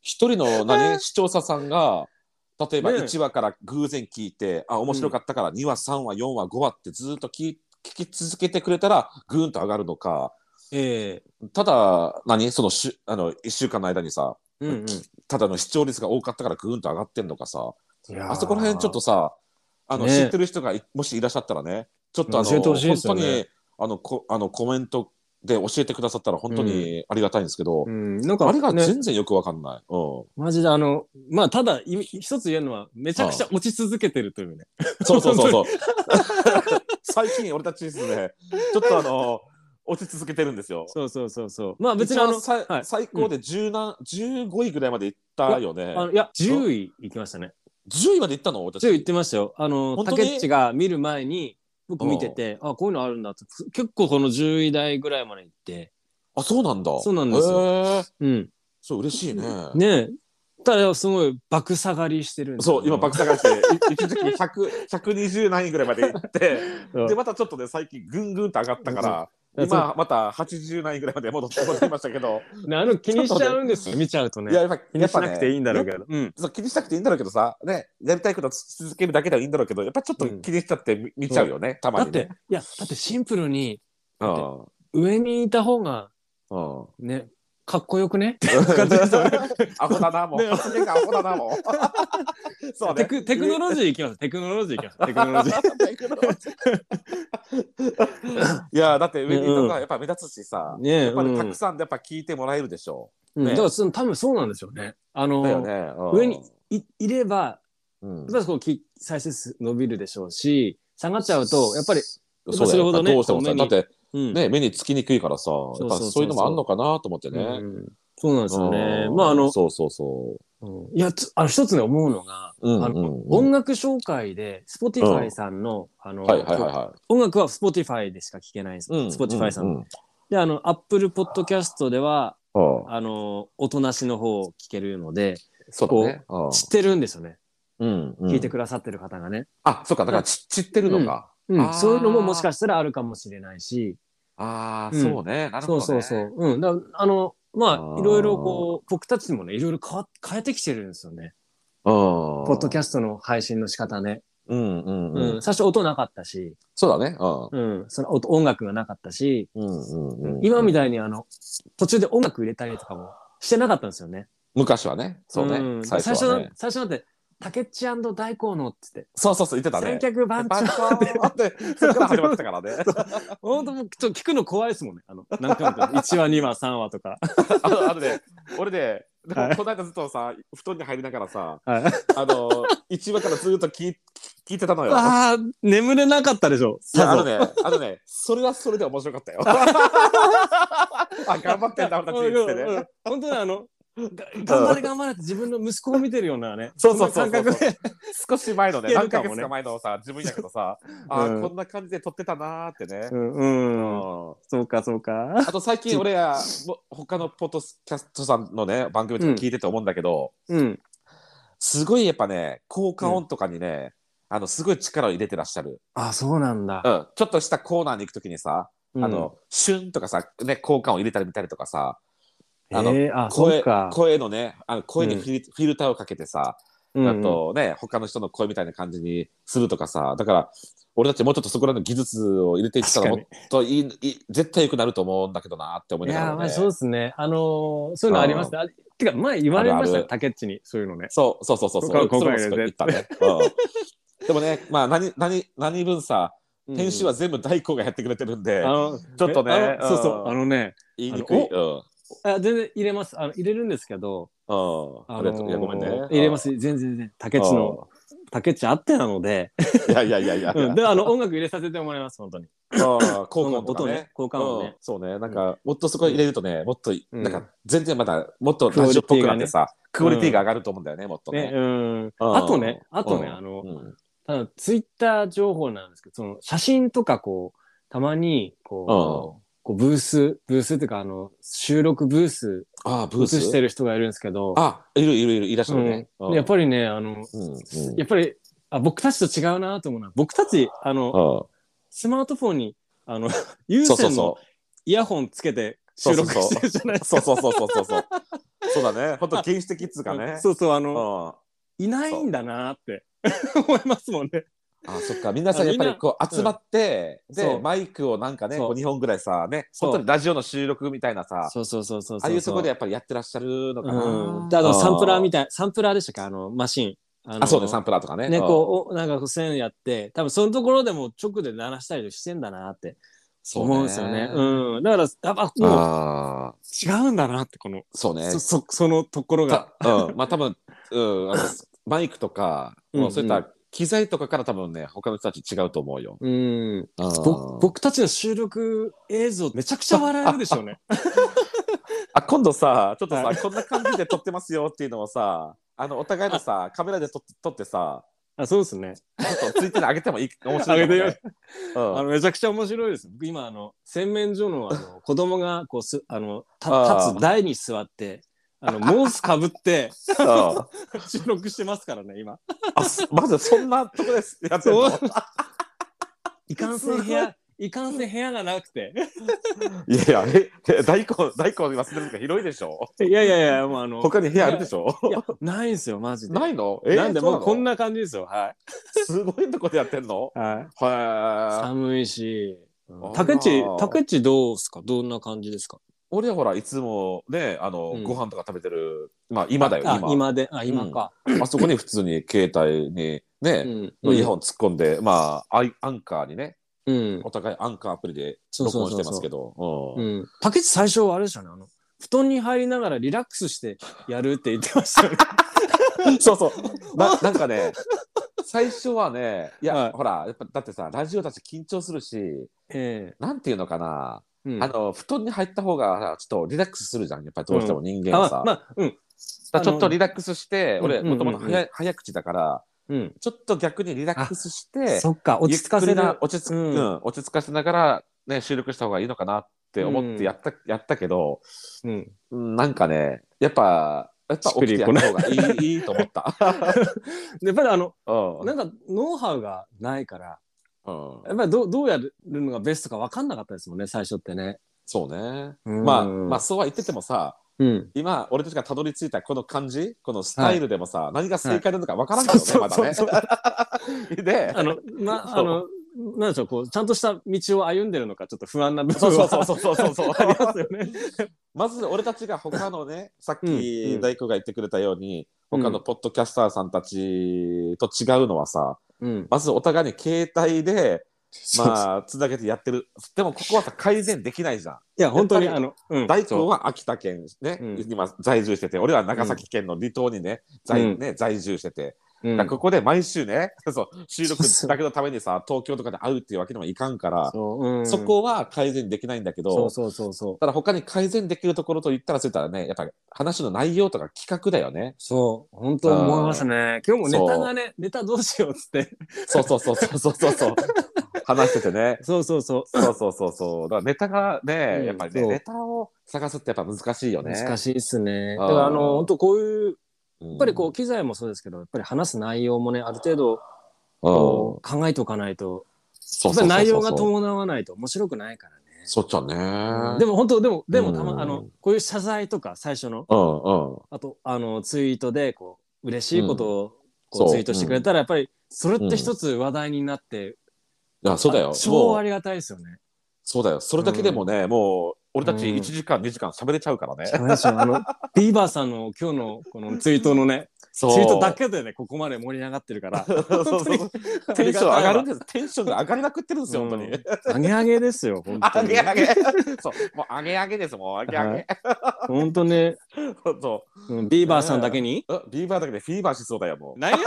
B: 一人の何視聴者さんが、例えば
A: ねえ
B: 1話から偶然聞いて、あ、面白かったから2話、3話、4話、5話ってずーっと聞聞き続けてくれたら、ぐーんと上がるのか、
A: え
B: ただ、何そのしゅあの1週間の間にさ、
A: えうん
B: ただの視聴率が多かったからぐーんと上がってんのかさ、
A: うん。
B: あそこら辺ちょっとさ、あの、
A: ね
B: 知ってる人がいもしいらっしゃったらね、ちょっとあの、
A: 教えてほ
B: 本
A: しいです
B: 当
A: よ
B: に
A: ね、
B: あの、こあのコメントで教えてくださったら本当にありがたいんですけど、
A: うん、なんか、
B: あれが
A: ね、
B: 全然よくわかんない。うん。
A: マジであの、まあ、ただ、い一つ言えるのは、めちゃくちゃ落ち続けてるというね。
B: そうそうそ うそう。最近俺たちですね、ちょっとあの、落ち続けてるんですよ。
A: そうそうそうそう。まあ、別にあ
B: 一
A: の
B: 応、さ
A: はい
B: 最高で10何、15位ぐらいまで行ったよね。
A: あのいや、10位行きましたね。
B: 10位まで行ったの俺たち。
A: 10位行ってましたよ。あの、
B: 本当
A: た
B: に
A: けっちが見る前に、僕見てて、あ、こういうのあるんだと。結構この10位台ぐらいまで行って。
B: あ、そうなんだ。
A: そうなんですよ
B: へー
A: うん。
B: そう、嬉しいね。
A: ねえ。ただ、すごい爆下がりしてるんですよ
B: そう、今爆下がりして、い一時期100 120何位ぐらいまで行って、
A: うん
B: で、またちょっとね、最近ぐんぐんと上がったか
A: う
B: ら、
A: ん
B: 今また80何位ぐらいまで戻って戻りましたけど、
A: ねあの、気にしちゃうんですよ。見ちゃうと
B: い
A: ね。
B: や、やっぱ、
A: 気
B: や
A: に
B: っ
A: し
B: ぱ
A: な
B: ね
A: くていいんだろうけど。うん。
B: そう気にしなくていいんだろうけどさ、ね、やりたいこと続けるだけではいいんだろうけど、やっぱちょっと気にしちゃってみ見ちゃうよね、たま
A: だっ
B: にね
A: て。、いや、だってシンプルに、
B: う
A: だって
B: ん
A: 上にいた方が、
B: うん。
A: ね、かっこよくね
B: アホだな、もう。
A: ね
B: 発言がアホだな、もう。そう
A: テ
B: ね。
A: クテクノロジーいきます。テクノロジーい きます。テクノロジー。
B: テクノロジーいや、だって、ウェディとかやっぱ目立つしさ、
A: ねえ、
B: やっぱ
A: う
B: り
A: ん
B: たくさんやっぱ聞いてもらえるでしょ
A: うん
B: ね
A: だからその多分そうなんですよね。あ
B: う。
A: の、
B: だよね。うん
A: 上に、いいれば、
B: うん
A: やっぱりこうき再生数伸びるでしょうし、下がっちゃうと、やっぱり、
B: そう
A: そ
B: だ
A: れ
B: よ
A: ほどね
B: どうしても
A: こ
B: さ、
A: う
B: だ
A: 目
B: っ
A: に
B: て
A: うん
B: ね、目につきにくいからさ、
A: そ
B: や
A: う
B: っ
A: そうそう
B: ぱそういうのもあんのかなと思ってね。
A: うんそうなんですよね
B: う。ん
A: まあ、あの、
B: そうそうそ
A: うんいや、つあの一つね、思うのが、
B: う。うん
A: あ
B: う
A: の
B: んうん。
A: 音楽紹介で、Spotify さんの、あの、
B: はいはいはいは
A: 音楽は Spotify でしか聞けないんです。
B: い。うん
A: Spotify さんの。
B: うんうん
A: で、あの、Apple Podcast では、
B: うん
A: あの、音なしの方を聞けるので、
B: そうだね。うん
A: 知ってるんですよね。
B: うんうん
A: 聞いてくださってる方がね。
B: あ、そうか、だからち知ってるのか。
A: う
B: あー
A: ん、そういうのももしかしたらあるかもしれないし、
B: ああ、
A: うん
B: そうね。なる
A: そ
B: ほど
A: う
B: ね。
A: そうそう。うん、だからあの、
B: あ
A: ま
B: ー
A: あ、いろいろこう、僕たちもね、いろいろ変わ変えてきてるんですよね。
B: うん。
A: ポッドキ
B: ャス
A: ャストの配信の仕方ね。
B: ト。うんう
A: う
B: んうん
A: ん、。最初音なかったし、
B: そうだね。う
A: うん、その音音楽がなかったし、
B: んうんうんうん。
A: 今みたいにあの、途中で音楽入れたりとかもしてなかったんですよね。
B: 昔はね。そうね。
A: ん
B: 最
A: 最
B: 初
A: 初
B: は
A: の
B: ね。、
A: 最初なんて、タケッチ大河のっつって、
B: そうそうそう、言ってた
A: 三。
B: ね
A: 脚番
B: パン
A: 長。
B: チョーって、そっから始まっ たからね。
A: ほんともうちょっと聞くの怖いですもんね。あの、何回も言って。1話、2話、3話と か。
B: あの、あのね、俺ね、でも
A: はい
B: この間ずっとさ、布団に入りながらさ、
A: はい。
B: あの、1話からずっと聞い聞いてたのよ。い
A: ああ、眠れなかったでしょ。
B: や
A: さ
B: あ
A: ぞ
B: のね、あのね、それはそれで面白かったよ。 あ、頑張ってんだ、俺たちって
A: うんうんう
B: ね。
A: ん本当にあの、が頑張れ頑張れって自分の息子を見てるようなね。
B: そうそうそうそうん
A: な感覚で。
B: 少し前の
A: 聞
B: ね、
A: け
B: 何
A: る
B: ヶ
A: かもね
B: 月か前のさ、自分やけどさ、あ
A: うん
B: こんな感じで撮ってたなーってね
A: う。、
B: うん
A: うん。
B: ん
A: そうか、そうか。
B: あと最近俺や、も他のポッドキャストさんのね、番組とか聞いてて思うんだけど、
A: うん。
B: すごいやっぱね、効果音とかにね、あの、すごい力を入れてらっしゃる。
A: あ、そうなんだ
B: う。ん。ちょっとしたコーナーに行くときにさ、
A: うん
B: あ、の、シュンとかさ、ね、効果音入れたり見たりとかさ、あの
A: えーあ、そ
B: 声
A: うか。
B: 声のね、あの声にフィ,、フィルターをかけてさ、
A: うん
B: あとね、他の人の声みたいな感じにするとかさ、だから、俺たちもうちょっとそこらの技術を入れていったら、
A: 確
B: も
A: かに
B: っといいいい、絶対良くなると思うんだけどなって思い
A: い
B: ながら、
A: や
B: ね。
A: ーまあそうですね。あのーそういうのありますね。あてか、前言われました
B: あるあ
A: よ、
B: る
A: タケッチに、そういうのね。
B: そうそうそうそうそう。
A: 今回
B: それ
A: 今
B: も
A: 回
B: すごい言ったね。うんでもね、まあ何、何、何分さ、編集は全部大工がやってくれてるんで、
A: うん、あの、
B: ちょっとね
A: あのそうそうう、
B: ん
A: あのね、
B: 言いにくい。うん。
A: あ全然入れます。あの入れるんですけど、
B: うん。
A: あ
B: あ
A: の
B: りがと
A: ー
B: ういや、ごめんね。
A: 入れます。全然全然。タケ
B: うん。
A: ッチの、タケッチあってなの で、
B: うん。いやいやいやいや。
A: うん、で、あの、音楽入れさせてもらいます、本当に。
B: ああ、効果とかね。
A: 音ね効果音ね
B: うんそうね。なんか、もっとそこに入れるとね、もっと、
A: うん
B: なんか、全然まだ、もっとラジオっぽくなってさ、ク
A: ク
B: オ
A: オ
B: リ
A: リ
B: テ
A: テ
B: ィ
A: ィ
B: が
A: が
B: 上がると思うんだよね、もっと
A: ね、
B: ね。
A: うん。
B: うん
A: あとね、あとね、
B: うん
A: あの
B: う、ん。
A: ただツイッター情報なんですけど、その写真とかこう、たまに、こう、こうブース、ブースっていうか、あの、収録ブース
B: ああ、ブー
A: 映
B: ス。
A: してる人がいるんですけど、
B: あ、いるいるいる、いらっしゃるね。
A: うん
B: うん
A: やっぱりね、あの、
B: うんうん
A: やっぱりあ僕たちと違うなと思うのは僕たちあのスマートフォンにあ の
B: う
A: 有
B: んそうそう
A: 線
B: そう
A: の。イヤホンつけて収録してるじゃないです
B: そう
A: か。
B: そうそうそうそうそう。そうだね。本当原始的っつうかね。
A: そうそうあ
B: うん
A: の、いないんだなって 思いますもんね。
B: あそっか皆さんやっぱりこう集まって、
A: んそ
B: で
A: う
B: マイクをなんかね
A: そう
B: こう2本ぐらいさね
A: そう
B: 本当にラジオの収録みたいなさ
A: そうそうそうそう
B: ああいうとこでやっぱりやってらっしゃるのかな、
A: うん、であのサンプラーみ
B: たい
A: たいサンプラーでしたかあのマシン。あの
B: あそうねサンプラーとかね
A: ね
B: うん
A: こうおなんかこう線やって多分そのところでも直で鳴らしたりしてんだなって
B: そうね
A: 思うんですよね。うん、だからやっぱもう
B: あー
A: 違うんだなってこの、
B: そうね
A: そそそのところが。
B: たうんまあ多分、うん、あのマイクとか、
A: うんうん
B: そういった機材とかから多分ね他の人たち違うと思うよ、
A: うん、
B: あー
A: ぼ僕たちの収録映像めちゃくちゃ笑えるでしょう ね。
B: あ今度さちょっとさ
A: は
B: こんな感じで撮ってますよっていうのをさあのお互いのさカメラで撮って撮ってさ
A: あそうですね。
B: ちょっとツイッターに上げてもいい面白いかも
A: 上げ
B: ねうん
A: あのめちゃくちゃ面白いです。僕今あの洗面所のあ の子供がこうすあのた
B: あー
A: 立つ台に座ってあのモースかぶって
B: うん
A: 収録してますからね今。
B: あすまずそんなとこですやってんの
A: そういかんせん部屋いかんせん部屋がなくて
B: いやいやええ大根大根今住んでるのが広いでしょ
A: いやいやい やもうあの
B: 他に部屋あるでしょ
A: いやないんですよマジで。
B: ないのえ
A: なんでもうこん
B: な
A: な感じですよ。は
B: すごいとこでやってんの
A: い。はい、
B: は
A: 寒いし。
B: い
A: 竹内
B: あら
A: 竹内どうですかどんな感じですか
B: 俺はほらいつもねあの、
A: うん
B: ご飯とか食べてるまあ今だよ
A: あ
B: 今あ
A: 今で、あ、今か。
B: そこに普通に携帯にね、
A: うん
B: イヤホン突っ込んでまあアイアンカーにね
A: うん。
B: お互いアンカーアプリで
A: そう
B: 録
A: そう
B: 音
A: そ
B: し
A: う
B: て
A: そう
B: ますけどうん
A: うん。竹内最初はあれでしたね。あの、布団に入りながらリラックスしてやるって言ってま したよね。
B: そ うそう。ななんかね、最初はね、いや、
A: はい
B: ほら、やっぱだってさ、ラジオだし緊張するし、
A: え
B: なんていうのかな、
A: えうん
B: あの、布団に入った方が、ちょっとリラックスするじゃん、やっぱりどうしても人間はさ。
A: あ、まあ、うん。
B: だからちょっとリラックスして、
A: あの
B: 俺、
A: うん
B: もともと
A: うんうんう
B: 早早口だから、
A: うん。
B: ちょっと逆にリラックスして、
A: そっか、落ち着かせ
B: ゆっ
A: る
B: くりな落ち着く、
A: う
B: うん
A: ん
B: 落ち着かせながら、ね、収録した方がいいのかなって思ってやった、やったけど、
A: うん。
B: うんなんかね、やっぱ、やっぱ
A: しっ
B: 起
A: く
B: き
A: り
B: てやった方がいいいいと 思った。
A: でやっぱりあの、
B: うん
A: なんか、ノウハウがないから、
B: うん
A: やっぱりどうどうやるのがベストか分かんなかったですもんね、最初ってね。
B: そうね。
A: うん
B: まあ、まあ、そうは言っててもさ、
A: うん。
B: 今、俺たちがたどり着いたこの感じ、このスタイルでもさ、何が正解なのかわからんけどね、
A: はいそう
B: まだね。 で、
A: あの、ま、あの、なんでしょう、こう、ちゃんとした道を歩んでるのか、ちょっと不安な部
B: そ
A: 分
B: う
A: は。
B: そうそうそうそうそう
A: ありますよね。
B: まず、俺たちが他のね、さっ
A: うんう
B: き
A: ん
B: 大工が言ってくれたように、
A: うん
B: 他のポッドキャスターさんたちと違うのはさ、
A: うん。
B: まずお互いに携帯で、
A: あ、
B: まあ、つなげてやってる。でも、ここはさ、改善できないじゃん。
A: いや、本当に、
B: やっぱ
A: あの、うん
B: 大工
A: そう
B: は秋田県ね、
A: うん
B: 今在住してて、俺は長崎県の離島にね、在
A: うん
B: ね在住してて、
A: うん
B: だからここで毎週ね、 そう収録
A: そうそう
B: だけのためにさ、東京とかで会うっていうわけにもいかんから、
A: そう、うん
B: そこは改善できないんだけど、
A: そうそうそうそう。
B: ただ他に改善できるところと言ったらそういったらね、やっぱり話の内容とか企画だよね。
A: そう、本当思いますね。今日もネタがね、ネタどうしようっつって。
B: そうそうそうそうそうそ うそう。話しててね。
A: そうそうそ
B: そうそうそうそう。だからネタがね、
A: うん
B: やっぱりね、
A: そう
B: ネタを探すってやっぱ難しい
A: う。
B: よね。
A: 難しいっすね。
B: あー
A: だからあの、本当こういう、や
B: うん。や
A: っぱりこう、機材もそうですけど、やっぱり話す内容もね、ある程度
B: う
A: こ
B: ん。
A: う考えておかないと、
B: そ
A: や
B: う
A: っ
B: そうそうそ
A: ぱ
B: う
A: り内容が伴わないと面白くないからね。
B: そっちゃね。
A: でも本当、でも、でもた
B: うん
A: ま、あの、こういう謝罪とか最初の、
B: うんうん。
A: あと、あの、ツイートで、こう、嬉しいことをこ
B: そうう
A: ツイートしてくれたら、やっぱりそれって一つ話題になって、
B: あそうだよ
A: あ
B: も
A: 超
B: う
A: ありがたいですよね。
B: そうだよそれだけでもね、もう俺たち
A: うん
B: 1時間、2時間喋れちゃうからね、
A: そうですよあの、ビーバーさんの今日のこのツイートのね、ツ
B: そ
A: イ
B: う
A: ートだけでね、ここまで盛り上がってるから、
B: そうそうそうテンション上がるんですテンションが上がりまくってるんですよ、本当に。
A: 当に。上げ上げですよ、本当
B: 上
A: に
B: げ。上げそうもう上げ上げですもう上げ上げ、
A: 本当ね、
B: そ
A: うんビーバーさんだけに。
B: うあビーバーだけでフィーバーしそうだよもう
A: 何やねん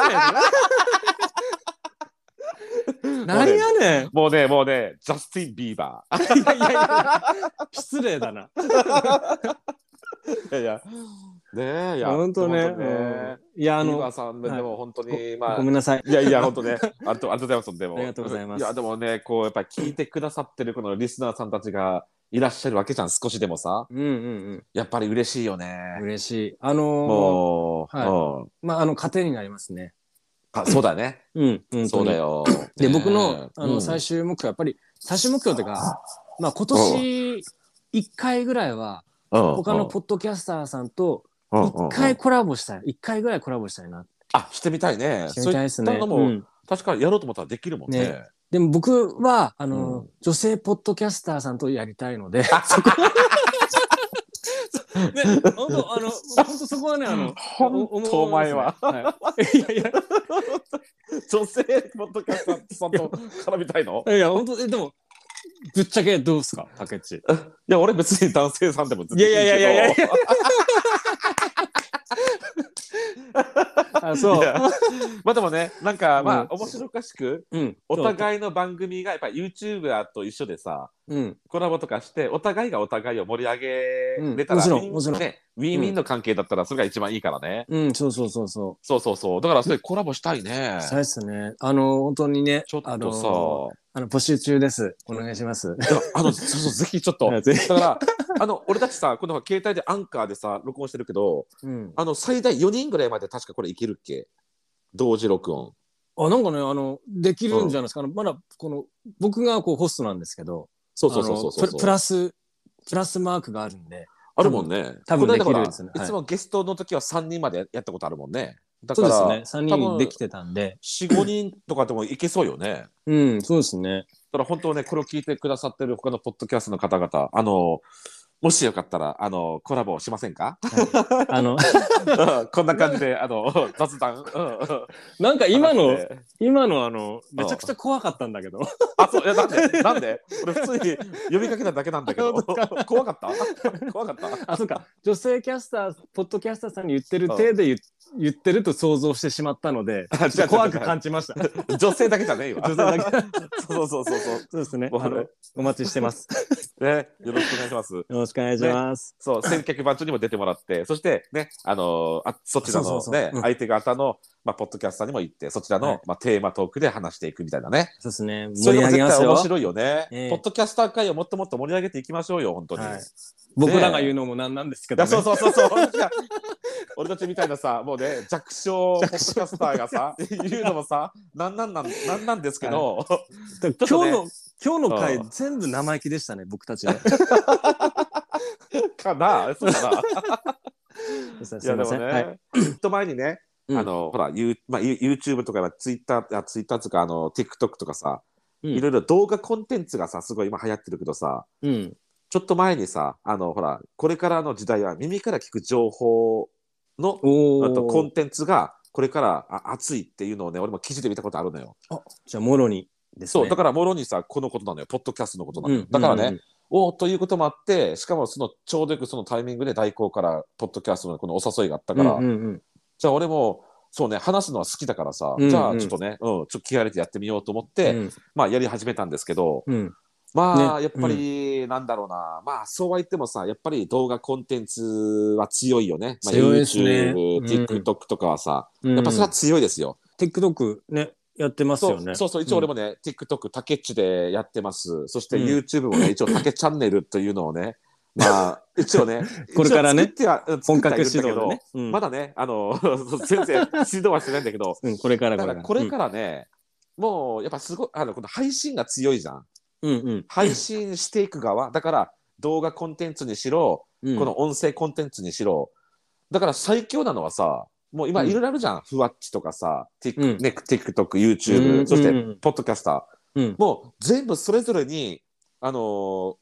A: 何やねん
B: もうねもうねジャスティン・ビーバー
A: いやいやいや 失礼だな。
B: いやいやねえいや
A: 本当ね。
B: 本当ね
A: うんいや、あ
B: ビーバ
A: の
B: ー、さん
A: は
B: で
A: い
B: も本当にまあ
A: ごめんなさい。
B: いやいや、本当ね。ありがとうありがとうございます。でも。
A: ありがとうございます
B: いや、でもね、こう、やっぱり聞いてくださってるこのリスナーさんたちがいらっしゃるわけじゃん、少しでもさ。
A: うんうん
B: やっぱり嬉しいよ
A: うん。
B: ね。
A: 嬉しい。あのー、
B: もう、
A: はい
B: うん
A: まあ、あの、糧になりますね。
B: あそうだね。
A: うん、本当に
B: そうだ。よ。
A: で、
B: ね
A: 僕の、あ
B: う
A: の、
B: ん
A: 最終目標、やっぱり、最終目標というか、まあ、今年、一回ぐらいは、
B: うん
A: 他のポッドキャスターさんと、
B: うんうん
A: 一回コラボしたい。一回ぐらいコラボしたいな。
B: あ、してみたいね。
A: してみたいです
B: そう
A: ね。
B: いったの
A: う
B: も、
A: ん
B: 確かにやろうと思ったらできるもんね
A: ね。でも僕は、あの、
B: うん
A: 女性ポッドキャスターさんとやりたいので、ね、
B: あ、そ こ
A: 本当、あの、本当そこはね、あの、
B: ほんとお前は。
A: 思いますねはい、いやい
B: 女性ポッドキャスターさんと絡みたいの
A: や、いや、本当、えでも、ぶっちゃけどうすか、竹内。
B: いや、俺別に男性さんでも全
A: いや
B: 然
A: いやいやいやいや
B: けど
A: あ、そ
B: いうや。 まあでもね、なんかまあ、
A: うん
B: 面白おかしく、
A: うん。
B: お互いの番組がやっぱ YouTuber と一緒でさ、
A: い。うん。
B: コラボとかして、お互いがお互いを盛り上げれたら、
A: うんもちろん
B: ウィン
A: もちろん
B: ね、ウィンウィンの関係だったらそれが一番いいからね。
A: うん、そうそうそうそ
B: そうそうそう。だからそれコラボしたいね
A: う。。そうですね。あの、本当にね、
B: ちょっ
A: あ
B: とさ、
A: の、あの募集中です。お願いします。
B: いやあの、そうそう、ぜひちょっと。
A: あ
B: だ
A: ぜひ
B: から、あの、俺たちさ、この携帯でアンカーでさ、録音してるけど、
A: うん。
B: あの、最大4人ぐらいまで確かこれいけるっけ同時録音。
A: あ、なんかね、あの、できるんじゃないですか。あのまだ、この、僕がこうホストなんですけど、
B: そうそうそうそうそう
A: あのププラス、プラスマークがあるんで、
B: あるもんね。
A: 多分
B: この間ほら
A: できるんですよねはい
B: いつもゲストの時は3人までやったことあるもんね。だか
A: そう
B: ら、
A: ですね。3
B: 多
A: 人
B: 分
A: できてたんで、
B: 4、5人とかでもいけそうよね。
A: うん、そうですね。
B: だから本当ね、これを聞いてくださってる他のポッドキャストの方々、あの、もしよかったら、あの、コラボしませんか
A: あの、
B: こんな感じで、あの、雑談。うんうん
A: なんか今の、
B: 話して
A: 今のあの、めちゃくちゃ怖かったんだけど。
B: あ、そう、いや、なんで、なんで、俺普通に呼びかけただけなんだけど
A: 本、
B: 怖かった怖かった
A: あ、そうか。女性キャスター、ポッドキャスターさんに言ってる手で言言ってると想像してしまったので、
B: あ違う違う違う
A: 怖く感じました。
B: 女性だけじゃねえわ。
A: 女性だけ。
B: そうそうそうそう。
A: そうですね。
B: もう
A: あの、 お待ちしてます。
B: ね、よろしくお願いします。
A: よろしくお願いします。
B: そう、千客番長にも出てもらって、 そしてね、あのーあそちら
A: そう
B: の
A: そうそう
B: ね
A: うん、
B: 相手方の、まあ、ポッドキャスターにも行って、そちらの、
A: はい
B: まあ、テーマトークで話していくみたいなね。
A: そうですね。
B: そ
A: 盛
B: れ
A: り
B: も
A: 上げ
B: 絶
A: ま
B: 対
A: すよ
B: 面。白いよね。
A: ええ
B: ポッドキャスター界をもっともっと盛り上げていきましょうよ、本当に。
A: はい
B: い
A: 僕らが言うのもなんなんですけど、
B: や、
A: ね。
B: そうそうそうそう。いや俺たちみたいなさ、もうね、弱小ポッドキャスターがさ、言うのもさ、なんなんなん、なんなんですけど、
A: だから
B: ちょっとね
A: 今日の、今日の
B: う
A: 回
B: ん
A: 全部生意気でしたね、僕 たちは。
B: かな、そうかな。
A: す
B: い
A: い
B: や
A: ま
B: でも
A: せ
B: ね、
A: ん。はい。
B: きっと前にね、
A: うん
B: あのほら、ユーまあ、ユー YouTube とかツイッター、ツイッターとかあの TikTok とかさ、
A: うん
B: いろいろ動画コンテンツがさ、すごい今流行ってるけどさ、
A: うん。
B: ちょっと前にさ、あのほら、これからの時代は耳から聞く情報の
A: お
B: あとコ
A: お
B: ン。テンツがこれからあ熱いっていうのをね、俺も記事で見たことあるのよ。
A: じゃあ、もろにです
B: そう、
A: ね。
B: だからもろにさ、このことなのよ、ポッドキャストのことなのよ。
A: うん
B: だからね、
A: うんうん
B: おということもあって、しかもそのちょうどよくそのタイミングで代行から、ポッドキャストのこのお誘いがあったから、
A: うんうんうん
B: じゃあ俺もそうね話すのは好きだからさ、
A: うんうん
B: じゃあちょっとね、うん、ちょっと気合い入れてやってみようと思って、
A: うん
B: まあやり始めたんですけど
A: うん
B: まあ、
A: ね
B: やっぱりなんだろうな、まあそうは言ってもさやっぱり動画コンテンツは強いよね、まあ、
A: 強いですね
B: YouTubeTikTok とかはさ、
A: うん
B: やっぱそれは強いですよ。
A: TikTok ね、やってます
B: そ
A: よ
B: う
A: ね。
B: そうそう一応俺もね、TikTok タケッチでやってますそして YouTube もね、一応タケチャンネルというのをねま あ一応ね
A: これからね
B: 一応作ってはうん作
A: 本
B: っ
A: 格
B: てはいる
A: 指導
B: んだけど
A: でね。うん
B: まだね、あの、 全然指導はしてないんだけど、
A: うんこれから
B: だ
A: こ
B: か
A: れ
B: らこれからね、もうやっぱすごい、あの、この配信が強いじゃん。
A: ら。うん
B: 配信していく側、だから動画コンテンツにしろ、
A: うんうん。
B: この音声コンテンツにしろ、だから最強なのはさ、もう今
A: うん
B: いろいろあるじゃん。ふわっちとかさ、ティック、
A: うん
B: ね、TikTok、
A: う
B: YouTube、
A: ん
B: そし
A: う
B: て
A: ん、
B: ポッドキャスター。
A: うん
B: もう全部それぞれに、あのー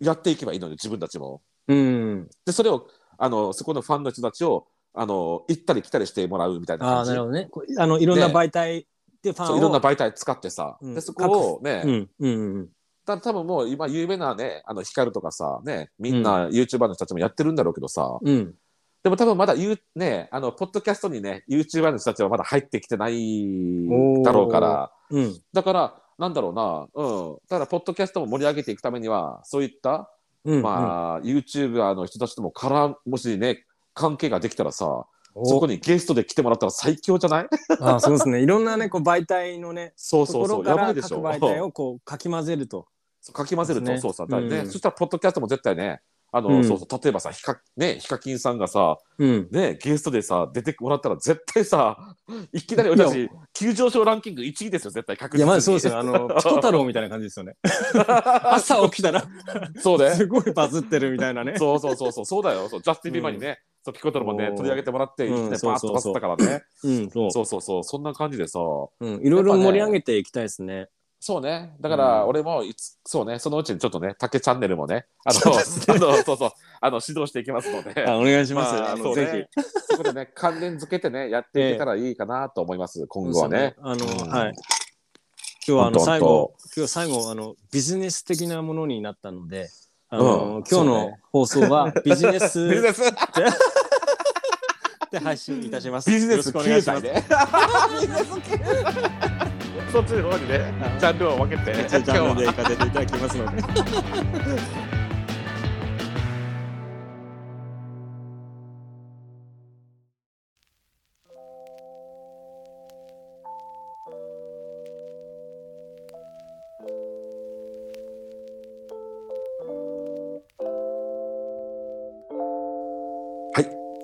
B: やっていけばいいのよ、自分たちも。
A: うん。
B: で、それを、あのそこのファンの人たちを、あの行ったり来たりしてもらうみたい
A: あ
B: な感
A: あ、
B: じ。
A: なるほどね。こうあの、いろんな
B: ね
A: 媒体でファンを。
B: そういろんな媒体使ってさ、
A: うん
B: でそこをね、
A: うん、うん、うん。
B: た多分もう今有名なね、あの、ヒカルとかさ、ね、みんな YouTuber の人たちもやってるんだろうけどさ、
A: うん。
B: でも多分まだ言う、ね、あの、ポッドキャストにね、YouTuber の人たちはまだ入ってきてない
A: おー
B: だろうから、
A: うん。
B: だから、なんだろうな、うん、だから、ポッドキャストも盛り上げていくためには、そういった、
A: うん。
B: まあ、YouTuber の人たちとも絡む、もしね、関係ができたらさ、
A: うん、
B: そこ
A: に。
B: にゲストで来てもらったら最強じゃない
A: ああ、そうですね。いろんなね、こう、媒体のね、
B: そう
A: と
B: そ
A: こ
B: うそ
A: ろ
B: う、
A: か
B: やば
A: ら
B: いで
A: 各
B: しょ。
A: 媒体をこう、かき混ぜると。
B: かき混ぜる
A: そう
B: と、
A: ですね
B: そうさ、だよね
A: うん
B: そしたら、ポッドキャストも絶対ね、あの、
A: うん
B: そうそう、例えばさ、ヒカ、ね、ヒカキンさんがさ、
A: うん。
B: ね、ゲストでさ、出てもらったら、絶対さ、 いきなり俺た
A: い
B: ち、急上昇ランキング1位ですよ、絶対、確実
A: い
B: に。
A: や、まずそうですよ。あ の、ピコ太郎みたいな感じですよね。朝起きたら、
B: そうね。
A: すごいバズってるみたいなね。
B: そうそうそうそう、そうだよ、そうジャスティン・ビーバーにね、そうピコ太郎もね、
A: おー
B: 取り上げてもらって、
A: うん
B: ね、バ
A: そう
B: ーッ
A: そ
B: と
A: う
B: バ
A: そ
B: ズ
A: う
B: ったからね。
A: うん、そう。
B: そうそうそう、そんな感じでさ、
A: うん、いろいろ盛り上げていきたいですね。
B: そうね、だか
A: う
B: ら
A: ん
B: 俺もいつ、そうね、そのうちにちょっとね、竹チャンネルもね、あの、
A: そうで
B: あのそうそう、あの、指導していきますので。
A: あお願いします。
B: まあ、
A: あ
B: そ
A: の
B: う
A: ぜ
B: ね。そこでね、関連付けてね、やっていけたらいいかなと思います、今後はね。
A: そうですねあ
B: うん
A: の、はい。今日はあの
B: ほんとほんと
A: 最後、今日最後、あの、ビジネス的なものになったので、あの、
B: うん
A: 今日
B: そう
A: の
B: ね
A: 放送はビジネス
B: ビジネス、
A: で配信いたします。
B: ビジネス
A: よろしくお願
B: 経
A: いしま
B: 済
A: す。
B: ね。ビジネス経済。そっちの方にね、ジャンルを分けて、
A: ジ
B: 今日
A: ャ
B: は
A: ンルで行かせていただきますので。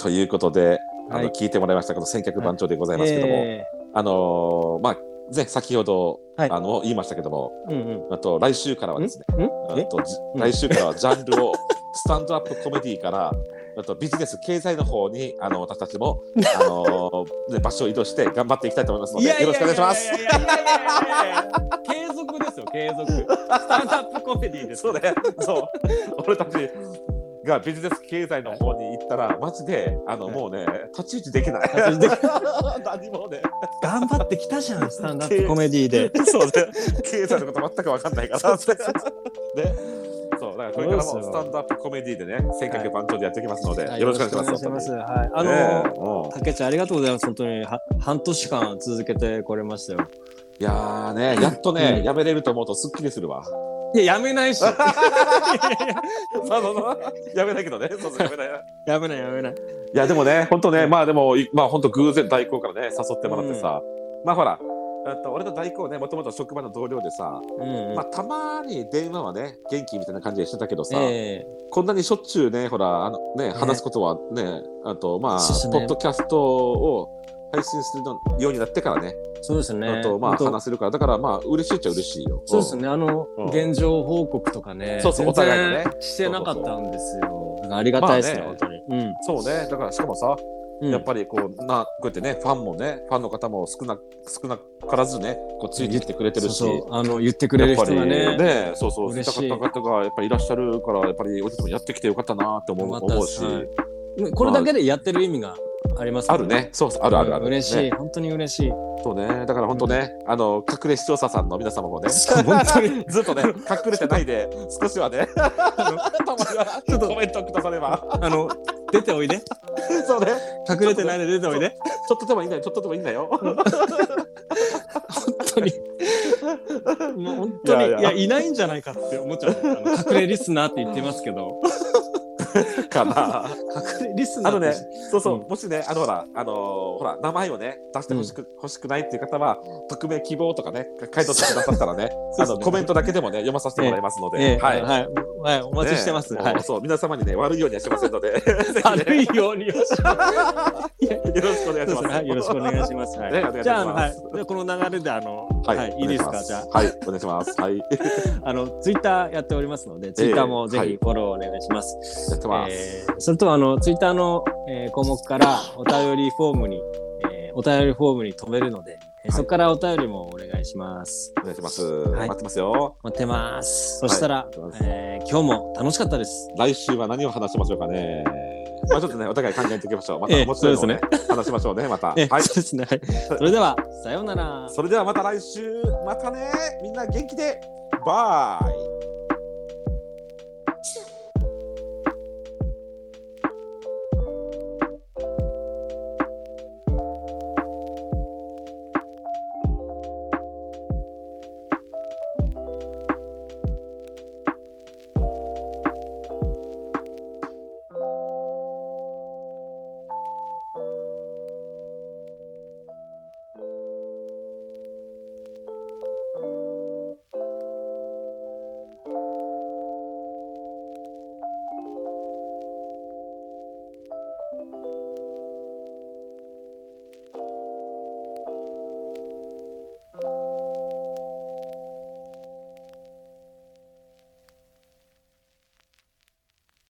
B: ということで、あ
A: はい
B: の、聞いてもらいました、この千客番長でございますけども、
A: え
B: あのー、まあ、ね、先ほど、
A: はい
B: あの、言いましたけども、
A: ーうんうん。
B: あと、来週からはですね、
A: ん
B: あ
A: え
B: とじ
A: うん
B: 来週からはジャンルをスタンドアップコメディからあとビジネス経済の方にあの私たちも、あのーね場所を移動して頑張っていきたいと思いますのでよろしくお願いします。
A: いやいやいやいやいやいや。継続ですよ、継続。スタンドアップコメディです
B: そうね、そう俺たちがビジネス経済の方に行ったらマジであの
A: はい
B: もうね立ち打ちできない。
A: 立ち打ちで
B: 何もね。
A: 頑張ってきたじゃん、スタンドアップコメディで。
B: そうね。経済のこと全く分かんないから。ね。そうだからこれからも
A: そうですよ
B: スタンドアップコメディでね、性
A: は
B: 格
A: い
B: 番長でやっていきますので、よろしくお願いします。
A: ははい。あ
B: 本
A: の
B: 当
A: ー
B: にねえうん
A: たけちゃんありがとうございます。本当には半年間続けてこれましたよ。
B: いやーね、やっとね、
A: うん
B: やめれると思うとすっきりするわ。
A: いや、やめ ないし。や
B: そうそうそう やめないけどね、そうそうやめない。い
A: めない、やめない。
B: や、でもね、本当ね、まあでも、いまあ本当偶然代行からね、誘ってもらってさ、まあほら、えっと俺と代行ね、もともと職場の同僚でさ、
A: うん、
B: まあたまに電話はね、元気みたいな感じでしてたけどさ、
A: ええ
B: こんなにしょっちゅうね、ほら、あのね、話すことはね、あとまあ、
A: そうっすね
B: ポッドキャストを配信するのようになってからね、
A: そうですね。
B: あとまあ
A: 本当
B: 話せるから、だからまあ嬉しいっちゃ嬉しいよ。
A: そうですね。あの
B: うん、
A: 現状報告とかね。
B: そうそ
A: 全然
B: うお互いのね
A: してなかったんですよ。ありがたいですね、
B: まあね
A: 本当に。うん
B: そうね、だからしかもさ、
A: うん。
B: やっぱりこうなこうやってねファンもねファンの方も少な少なからずねこうついてきてくれてるし。
A: そうそうあの、言ってくれる
B: やっ
A: 人
B: ぱり
A: がね。
B: ね、そうそう、
A: 嬉し
B: そう
A: い
B: いった方がやっぱりいらっしゃるから、やっぱり俺たちもやってきてよかったなって思
A: よ
B: う
A: かった
B: 思
A: で
B: う
A: す
B: し、
A: うんこれだけでやってる意味があります
B: ある。ね、そうそう、あるあるあ
A: う
B: る、
A: ん嬉しい、
B: ね。
A: 本当に嬉しい。
B: そうね、だから本当ね、あの隠れ視聴者さんの皆様もね、 ず
A: 本当に。
B: っとね、隠れてないで、少しはね、 ちょっとコメントくだされば、
A: あの、出ておいで。
B: そうね、
A: 隠れてないで出ておいで。
B: ちょっとでもいいんだよ、ちょっとでもいいんだよ。
A: 本当に。もう本
B: い
A: 当に
B: や
A: い
B: い
A: や
B: や
A: いないんじゃないかって思っちゃうあの隠れリスナーって言ってますけど
B: かな。
A: 隠れリスナ
B: あ
A: ー
B: の
A: って
B: ね、そうそう、
A: う
B: もしね、あのほら、あのーほら、名前をね、出してほしく、欲しくないっていう方は、匿名希望とかね、書いとってくださった らね、
A: そう
B: あ
A: そう
B: の、コメントだけでもね、読まさせてもらいますの
A: え
B: で、
A: え
B: は
A: はいい、。
B: ね
A: はいはいお待ちしてます、 はい
B: もうそう、皆様にね、悪いようにはしません ので、
A: 悪いようによろしく
B: よろしくお願いします。
A: はいよろしくお願いします、は
B: ねお願い
A: い、
B: します
A: じゃああの、はい、じゃあこの流れであの、はいい、いですかじゃ
B: あ。はい、お願いします。はい。
A: ああのツイッターやっておりますのでツイッターもぜひフォローお願いします、
B: ってます。
A: えーそれとあのツイッターの、えー項目からお便りフォームに、えーお便りフォームに飛べるので、えー
B: はい
A: そこからお便りもお願いします。
B: お願いします。
A: い
B: 待ってますよ。
A: 待ってます。そしたら、えー今日も楽しかったです。
B: 来週は何を話しましょうかね。まあちょっとね、お互い考えていきましょう。また
A: ええ
B: 面白いのをね
A: そ
B: 話しましょうね、また。は
A: え
B: い。
A: そうですね。はいそれでは、さようなら。
B: それではまた来週、またね、みんな元気で、バイ